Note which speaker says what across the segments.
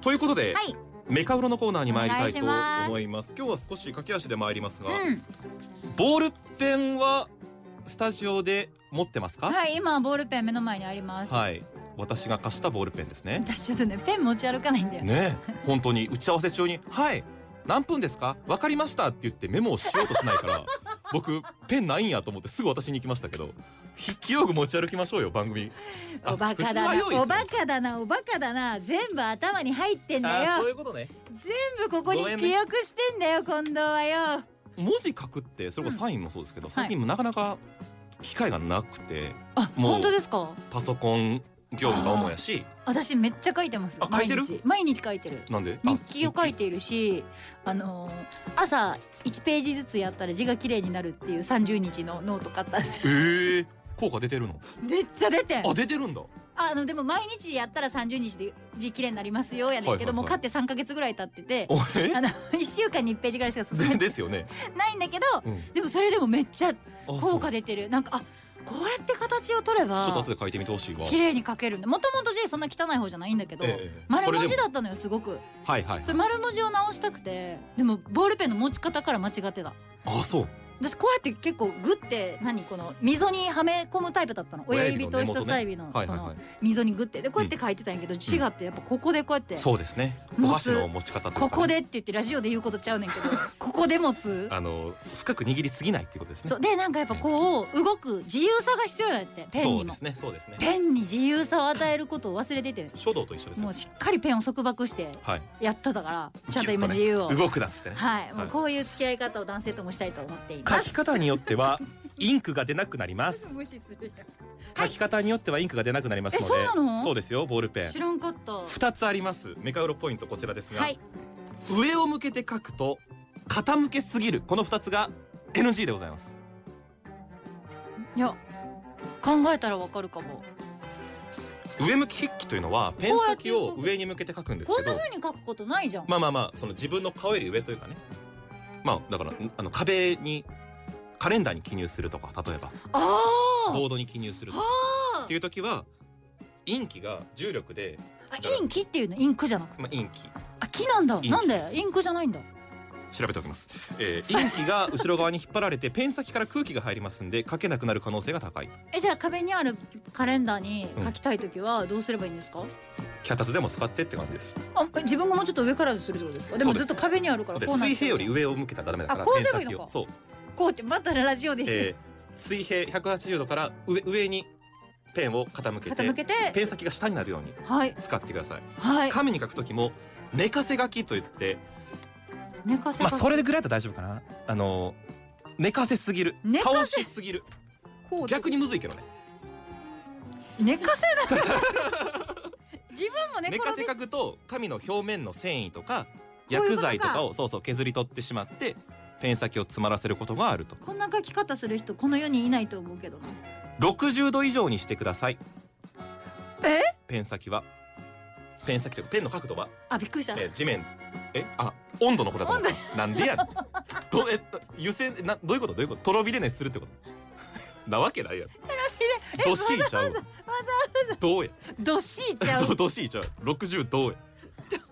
Speaker 1: ということで、
Speaker 2: はい
Speaker 1: メカウロのコーナーに参りたいと
Speaker 2: お願いします
Speaker 1: 思います今日は少し駆け足で参りますが、
Speaker 2: うん
Speaker 1: ボールペンはスタジオで持ってますか
Speaker 2: はい今ボールペン目の前にあります、
Speaker 1: はい私が貸したボールペンですね
Speaker 2: 私ちょっとねペン持ち歩かないんだよ、
Speaker 1: ねえ本当に打ち合わせ中に「はい何分ですか分かりました」って言ってメモをしようとしないから 僕ペンないんやと思ってすぐ私に行きましたけど筆記用具持ち歩きましょうよ番組あ
Speaker 2: おバカ
Speaker 1: 普通は
Speaker 2: だ
Speaker 1: 用意する
Speaker 2: なおバカだなおバカだな全部頭に入ってんだ
Speaker 1: あーそう
Speaker 2: よ
Speaker 1: いうことね
Speaker 2: 全部ここに
Speaker 1: ごめんね
Speaker 2: 記憶してんだよ近藤はよ
Speaker 1: 文字書くってそれこそサインもそうですけど、
Speaker 2: い
Speaker 1: 最近もなかなか機会がなくて
Speaker 2: あ
Speaker 1: もう
Speaker 2: 本当ですか
Speaker 1: パソコン業務が主やし
Speaker 2: 私めっちゃ書いてます
Speaker 1: あ書いてる
Speaker 2: 毎日毎日書いてる
Speaker 1: なんであ
Speaker 2: 日記を書いているしあのー朝1ページずつやったら字が綺麗になるっていう30日のノート買ったんで
Speaker 1: 日記ええ効果出てるの
Speaker 2: めっちゃ出てん
Speaker 1: あ出てるんだ
Speaker 2: あのでも毎日やったら30日で字綺麗になりますよやねんけど、
Speaker 1: はいはいはい
Speaker 2: もう買って3ヶ月ぐらい経ってて
Speaker 1: お
Speaker 2: あの1週間に1ページぐらいしか進
Speaker 1: え
Speaker 2: めて
Speaker 1: ですよね、
Speaker 2: ないんだ けど
Speaker 1: うん、
Speaker 2: でもそれでもめっちゃ
Speaker 1: あそう
Speaker 2: 効果出てるなんかあこうやって形を取れ
Speaker 1: ちょっと
Speaker 2: ば
Speaker 1: 後で書いてみてほしいわ
Speaker 2: 綺麗に書けるんだもともと字そんな汚い方じゃないんだけど、
Speaker 1: ええ
Speaker 2: 丸文
Speaker 1: それ
Speaker 2: 字
Speaker 1: でも
Speaker 2: だったのよすごく
Speaker 1: はいはい
Speaker 2: それ丸文字を直したくてでもボールペンの持ち方から間違ってた
Speaker 1: あそう
Speaker 2: 私こうやって結構グって何この溝にはめ込むタイプだったの親指と
Speaker 1: 親指の根元
Speaker 2: 人
Speaker 1: ね
Speaker 2: 差指のこ
Speaker 1: はいはいは
Speaker 2: の
Speaker 1: い
Speaker 2: 溝にグってでこうやって書いてたんやけど字がってやっぱここでこうやって
Speaker 1: そうですねお
Speaker 2: 持
Speaker 1: 箸
Speaker 2: つ
Speaker 1: の持ち方というか
Speaker 2: ここでって言ってラジオで言うことちゃうねん けどここで持つ
Speaker 1: あの深く握りすぎないっていうことですね
Speaker 2: そうでなんかやっぱこう動く自由さが必要なんやってペン
Speaker 1: そう
Speaker 2: に
Speaker 1: で
Speaker 2: も
Speaker 1: すねそうですね
Speaker 2: ペンに自由さを与えることを忘れてて
Speaker 1: 書道と一緒です
Speaker 2: も
Speaker 1: よ
Speaker 2: うしっかりペンを束縛して
Speaker 1: はい
Speaker 2: やっとったからちゃんと
Speaker 1: ギュッ
Speaker 2: 今
Speaker 1: ね
Speaker 2: 自由を
Speaker 1: 動くなっつってね
Speaker 2: はいも
Speaker 1: は
Speaker 2: う
Speaker 1: い
Speaker 2: こういう付き合い方を男性ともしたいと思っていま
Speaker 1: 書
Speaker 2: す
Speaker 1: き方によってはインクが出なくなりま
Speaker 2: ちょっ
Speaker 1: す
Speaker 2: と無視するやん
Speaker 1: 書き方によってはインクが出なくなりますので
Speaker 2: えそうなの
Speaker 1: そうですよボールペン
Speaker 2: 知らんかった
Speaker 1: 二つありますメカウロポイントこちらですが、
Speaker 2: はい
Speaker 1: 上を向けて書くと傾けすぎるこの二つが NG でございます
Speaker 2: いや考えたらわかるかも
Speaker 1: 上向き筆記というのはペン先を上に向けて書くんです
Speaker 2: こ
Speaker 1: け
Speaker 2: んな
Speaker 1: ど
Speaker 2: 風に書くことないじゃん、
Speaker 1: まあまあまあその自分の顔より上というかねまあだからんあの壁にカレンダーに記入するとか例えば
Speaker 2: あー
Speaker 1: ボードに記入するとかっていう時はインキが重力で、
Speaker 2: あインキっていうのインクじゃなくて
Speaker 1: まあ、インキ
Speaker 2: あ木なんだ
Speaker 1: インキ
Speaker 2: なんでインクじゃないんだ
Speaker 1: 調べておきます、えー、インキが後ろ側に引っ張られてペン先から空気が入りますんで書けなくなる可能性が高い
Speaker 2: えじゃあ壁にあるカレンダーに書きたいときはどうすればいいんですか、
Speaker 1: 脚立でも使ってって感じです
Speaker 2: あ自分がもうちょっと上からするってことですかでも
Speaker 1: そうで
Speaker 2: ず
Speaker 1: す
Speaker 2: っと壁にあるから
Speaker 1: で
Speaker 2: こうなっ
Speaker 1: 水
Speaker 2: ちゃ
Speaker 1: 平
Speaker 2: う
Speaker 1: より上を向けたらダメだから
Speaker 2: あこう
Speaker 1: ペン
Speaker 2: すればいい
Speaker 1: 先
Speaker 2: の
Speaker 1: を
Speaker 2: か
Speaker 1: そう、
Speaker 2: こうってまたラジオで、
Speaker 1: えー、水平180度から上上にペンを傾けて
Speaker 2: 傾けて
Speaker 1: ペン先が下になるように
Speaker 2: はい
Speaker 1: 使ってください
Speaker 2: はい
Speaker 1: 紙に書く時も寝かせ書きといって
Speaker 2: 寝かせ
Speaker 1: ま
Speaker 2: ば
Speaker 1: あそれぐらいだったら大丈夫かなあの寝かせすぎる
Speaker 2: 寝か
Speaker 1: 倒
Speaker 2: せ
Speaker 1: しすぎる
Speaker 2: こう
Speaker 1: 逆にむずいけどね
Speaker 2: 寝かせ な自分も寝
Speaker 1: 寝
Speaker 2: 転
Speaker 1: か
Speaker 2: び
Speaker 1: せ書くと紙の表面の繊維とか
Speaker 2: ういうこ
Speaker 1: 薬
Speaker 2: とか
Speaker 1: 剤とかをそうそう削り取ってしまってペン先を詰まらせることがあると
Speaker 2: こんな書き方する人この世にいないと思うけどな
Speaker 1: 60度以上にしてください
Speaker 2: え
Speaker 1: ペン先はペン先というかペンの角度は、
Speaker 2: あびっくりした
Speaker 1: えー地面えあ温度のことだと思ったなんでやねんどえ湯煎などういうことどういうこととろ火で熱するってこと なわけないやろどっしりちゃうわどうや
Speaker 2: どっしいちゃ
Speaker 1: ど
Speaker 2: う
Speaker 1: どっしりちゃう60どうや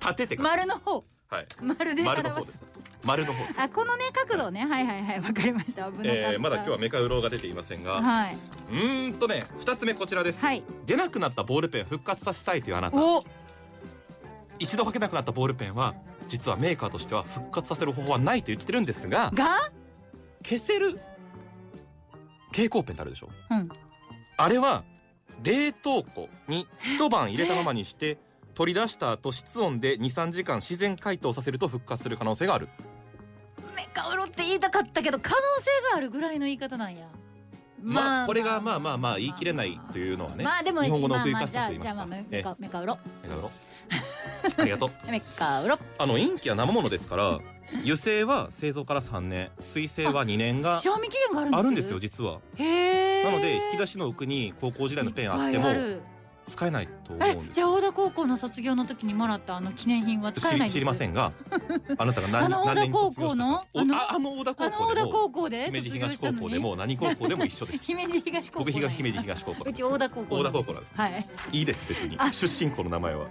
Speaker 1: 立ててから
Speaker 2: 丸の方
Speaker 1: はい
Speaker 2: 丸で
Speaker 1: 丸
Speaker 2: 表
Speaker 1: の方ですす丸の方です
Speaker 2: あこのね角度ねはいはいはいわかりました危なかった、
Speaker 1: えー、まだ今日はメカウローが出ていませんが
Speaker 2: はいう
Speaker 1: ーんとね2つ目こちらです、
Speaker 2: はい
Speaker 1: 出なくなったボールペンを復活させたいというあなた
Speaker 2: お
Speaker 1: 一度書けなくなったボールペンは実はメーカーとしては復活させる方法はないと言ってるんですが
Speaker 2: が
Speaker 1: 消せる蛍光ペンってあるでしょ
Speaker 2: うん
Speaker 1: あれは冷凍庫に一晩入れたままにして取り出した後室温で23時間自然解凍させると復活する可能性がある
Speaker 2: メカウロって言いたかったけど可能性があるぐらいの言い方なんや
Speaker 1: まあこれがまあまあまあ言い切れないというのはね
Speaker 2: まあでも
Speaker 1: 日本語の奥ゆかしさと言い
Speaker 2: ま
Speaker 1: ま
Speaker 2: あ
Speaker 1: す
Speaker 2: まあ
Speaker 1: か
Speaker 2: じゃあじゃあ
Speaker 1: え
Speaker 2: まあメカメカウロ
Speaker 1: えだろ ありがとう
Speaker 2: メカウロ
Speaker 1: あの陰気は生ものですから油性は製造から3年水性は2年が
Speaker 2: 賞味期限があるんです
Speaker 1: あるんですよ実は
Speaker 2: へえ
Speaker 1: なので引き出しの奥に高校時代のペンあっても
Speaker 2: いっぱいある
Speaker 1: 使えないと思
Speaker 2: え
Speaker 1: うんです
Speaker 2: じゃあ大田高校の卒業の時にもらったあの記念品は使え
Speaker 1: 知
Speaker 2: ない
Speaker 1: り
Speaker 2: んです
Speaker 1: 知りません があなたが何
Speaker 2: あの
Speaker 1: 何年に卒業したか
Speaker 2: 小田高校の
Speaker 1: おああの小田
Speaker 2: あ
Speaker 1: 高校
Speaker 2: の大
Speaker 1: で
Speaker 2: 田
Speaker 1: も
Speaker 2: 高校で
Speaker 1: 姫路
Speaker 2: 卒業
Speaker 1: 東
Speaker 2: した
Speaker 1: 高
Speaker 2: の
Speaker 1: 校で
Speaker 2: に
Speaker 1: も何高校でも一緒です
Speaker 2: 姫路東高校
Speaker 1: 僕
Speaker 2: なんや
Speaker 1: 東姫路東高校
Speaker 2: う
Speaker 1: なんで
Speaker 2: ち
Speaker 1: す
Speaker 2: 大田高校
Speaker 1: 大
Speaker 2: な
Speaker 1: 田高
Speaker 2: んで
Speaker 1: 校なんです
Speaker 2: すはい
Speaker 1: いいです別に
Speaker 2: あ
Speaker 1: 出身校の名前は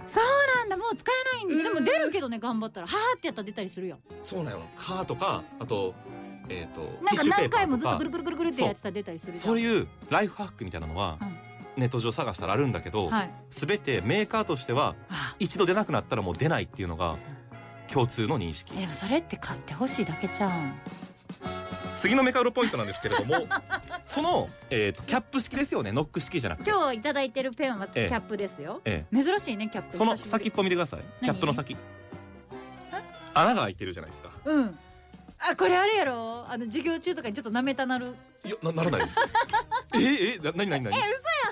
Speaker 2: なんだもう使えないんだでも出るけどね頑張ったらはーってやったら出たりするよ
Speaker 1: そうなのカーとかあとえっ、と
Speaker 2: なん
Speaker 1: ティッ
Speaker 2: か
Speaker 1: シュペ
Speaker 2: 何
Speaker 1: ーパ
Speaker 2: 回
Speaker 1: ーと
Speaker 2: もずっと
Speaker 1: か
Speaker 2: ぐるぐるぐるぐるってやってたら出たりするじゃん
Speaker 1: そういうライフハックみたいなのは
Speaker 2: うん
Speaker 1: ネット上探したらあるんだけど、
Speaker 2: はい
Speaker 1: すべ全てメーカーとしては
Speaker 2: あ
Speaker 1: 一度出なくなったらもう出ないっていうのが共通の認識
Speaker 2: でもそれって買ってほしいだけじゃん
Speaker 1: 次のメカウロポイントなんですけれど もその、えー、とキャップ式ですよねノック式じゃなくて、
Speaker 2: 今日いただいてるペンはキ
Speaker 1: え
Speaker 2: ャ
Speaker 1: え
Speaker 2: ップですよ、
Speaker 1: え
Speaker 2: 珍しいねキャッ
Speaker 1: え
Speaker 2: プ
Speaker 1: その
Speaker 2: 久しぶ
Speaker 1: 先っ
Speaker 2: り
Speaker 1: ぽ見てくださいキャップの先穴が開いてるじゃないですか
Speaker 2: うんあこれあれやろあの授業中とかにちょっと舐めたなる
Speaker 1: いやなならないです えええななになになに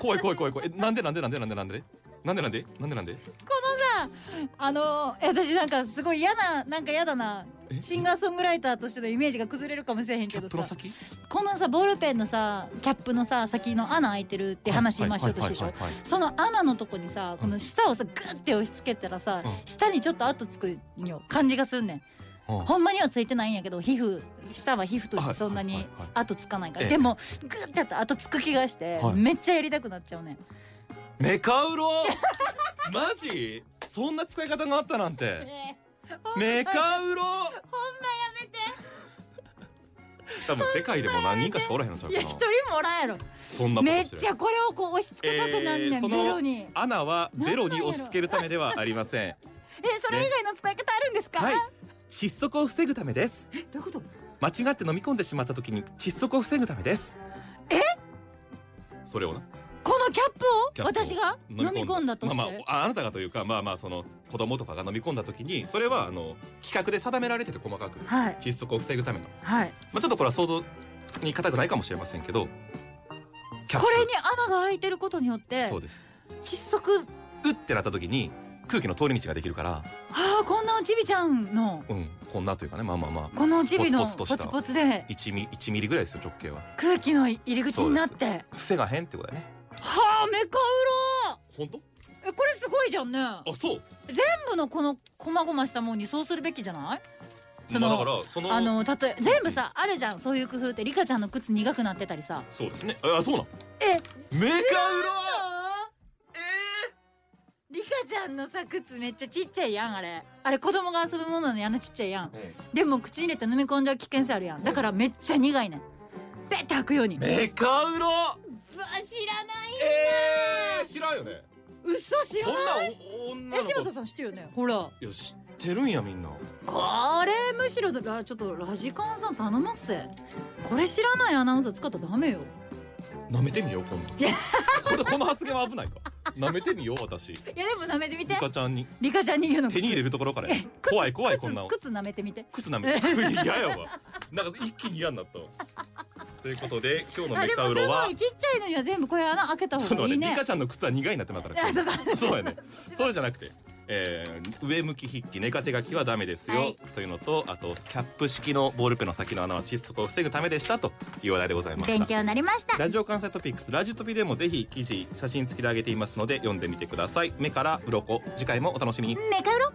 Speaker 1: 怖い怖い怖い怖いえなんでなんでなんでなんでなんでなんでなんでなんでなんで
Speaker 2: あのえ私なんかすごい嫌ななんか嫌だな
Speaker 1: え
Speaker 2: シンガーソングライターとしてのイメージが崩れるかもしれへん
Speaker 1: キ
Speaker 2: け
Speaker 1: ャッ
Speaker 2: ど
Speaker 1: プの
Speaker 2: さ
Speaker 1: 先
Speaker 2: このさボールペンのさキャップのさ先の穴開いてるって話今しようとしてるでしょ
Speaker 1: はいはいはいはい
Speaker 2: その穴のとこにさこの下をさグッて押し付けたらさ、
Speaker 1: うん
Speaker 2: 下にちょっと跡つくんよ感じがすんねん
Speaker 1: はい
Speaker 2: ほんまにはついてないんやけど皮膚下は皮膚としてそんな
Speaker 1: はい
Speaker 2: に
Speaker 1: はいはい
Speaker 2: 跡つかないから、
Speaker 1: ええ
Speaker 2: でもグッてやったら跡つく気がして、
Speaker 1: はい
Speaker 2: めっちゃやりたくなっちゃうねん
Speaker 1: うんメカウロ マジそんな使い方があったなんて
Speaker 2: ね
Speaker 1: メカウロ
Speaker 2: めて
Speaker 1: 多分世界でも何人かしかおらへんのちゃう
Speaker 2: いや
Speaker 1: か
Speaker 2: 一
Speaker 1: な
Speaker 2: 人もおらんやろ
Speaker 1: そんなこと
Speaker 2: め
Speaker 1: し
Speaker 2: って
Speaker 1: る
Speaker 2: ちゃこれをこう押し付けたくなんね
Speaker 1: えー
Speaker 2: ん、
Speaker 1: その
Speaker 2: ベロに
Speaker 1: 穴はベロに押し付けるためではありません
Speaker 2: えそれ以外の使い方あるんですか、
Speaker 1: はい窒息を防ぐためです
Speaker 2: えどういうこと
Speaker 1: 間違って飲み込んでしまった時に窒息を防ぐためです
Speaker 2: え
Speaker 1: それをな
Speaker 2: このキャップを
Speaker 1: キャップを
Speaker 2: 私が飲み込んだとして、
Speaker 1: まあまあ、ああなたがというかまあまあその子供とかが飲み込んだ時にそれはあの規格で定められてて細かく
Speaker 2: はい
Speaker 1: 窒息を防ぐための、
Speaker 2: はい
Speaker 1: まあ、ちょっとこれは想像に固くないかもしれませんけどキャップ
Speaker 2: これに穴が開いてることによって
Speaker 1: そうです
Speaker 2: 窒息
Speaker 1: うってなった時に空気の通り道ができるから
Speaker 2: ああこんなおちびちゃんの
Speaker 1: うんこんなというかねまあまあまあ
Speaker 2: このおちび
Speaker 1: ポ
Speaker 2: の
Speaker 1: ツポ
Speaker 2: ポ
Speaker 1: ツとし
Speaker 2: ツ
Speaker 1: た
Speaker 2: ポツで
Speaker 1: 1ミ1ミリぐらいですよ直径は
Speaker 2: 空気の入り口になって
Speaker 1: 防がへんってことだね
Speaker 2: はあメカウ
Speaker 1: 本当
Speaker 2: ロえこれすごいじゃんね
Speaker 1: あそう
Speaker 2: 全部のこの細々したもんにそうするべきじゃないその
Speaker 1: まあだからその
Speaker 2: あの例え全部さあるじゃんそういう工夫ってリカちゃんの靴苦くなってたりさ
Speaker 1: そうですねあそうなの
Speaker 2: え
Speaker 1: メカウロえ
Speaker 2: リカちゃんのさ靴めっちゃちっちゃいやんあれあれ子供が遊ぶものなのにあんなちっちゃいやん
Speaker 1: え
Speaker 2: でも口に入れて飲み込んじゃう危険性あるやんだからめっちゃ苦いねんペッて開くようにうわ
Speaker 1: メカウロ
Speaker 2: 知らない
Speaker 1: えー、知らんよね
Speaker 2: 嘘知
Speaker 1: こ
Speaker 2: ら
Speaker 1: ん
Speaker 2: ない
Speaker 1: なお女
Speaker 2: え
Speaker 1: の
Speaker 2: 柴
Speaker 1: 子
Speaker 2: 田さん知ってるよねほら
Speaker 1: いや知ってるんやみんな
Speaker 2: これむしろあちょっとラジカンさん頼まっせこれ知らないアナウンサー使ったらダメよ
Speaker 1: 舐めてみよう今
Speaker 2: いや
Speaker 1: 度これこの発言は危ないか舐めてみよう私
Speaker 2: いやでも舐めてみて
Speaker 1: ゆかちゃんに
Speaker 2: リカちゃんに言うの
Speaker 1: 手に入れるところから
Speaker 2: え靴
Speaker 1: 怖い怖い
Speaker 2: 靴
Speaker 1: こんな
Speaker 2: 靴舐めてみて
Speaker 1: 靴舐めて嫌やわなんか一気に嫌になったわということで今日の
Speaker 2: あ
Speaker 1: メ
Speaker 2: でも
Speaker 1: カ
Speaker 2: す
Speaker 1: ウロ
Speaker 2: ご
Speaker 1: はい
Speaker 2: ちっちゃいのには全部これ穴開けた
Speaker 1: ちょ
Speaker 2: 方
Speaker 1: っ
Speaker 2: が
Speaker 1: と待
Speaker 2: いい
Speaker 1: って、リ
Speaker 2: ね
Speaker 1: カちゃんの靴は苦いになってまうから。
Speaker 2: あそうか
Speaker 1: そうやね。それじゃなくて、えー上向き筆記寝かせ書きはダメですよ、
Speaker 2: はい
Speaker 1: というのと、あとキャップ式のボールペンの先の穴は窒息を防ぐためでしたという話題でございました。
Speaker 2: 強になりました
Speaker 1: ラジオ関西トピックスラジトピでもぜひ記事写真付きで上げていますので読んでみてください目から鱗次回もお楽しみに
Speaker 2: メカウロ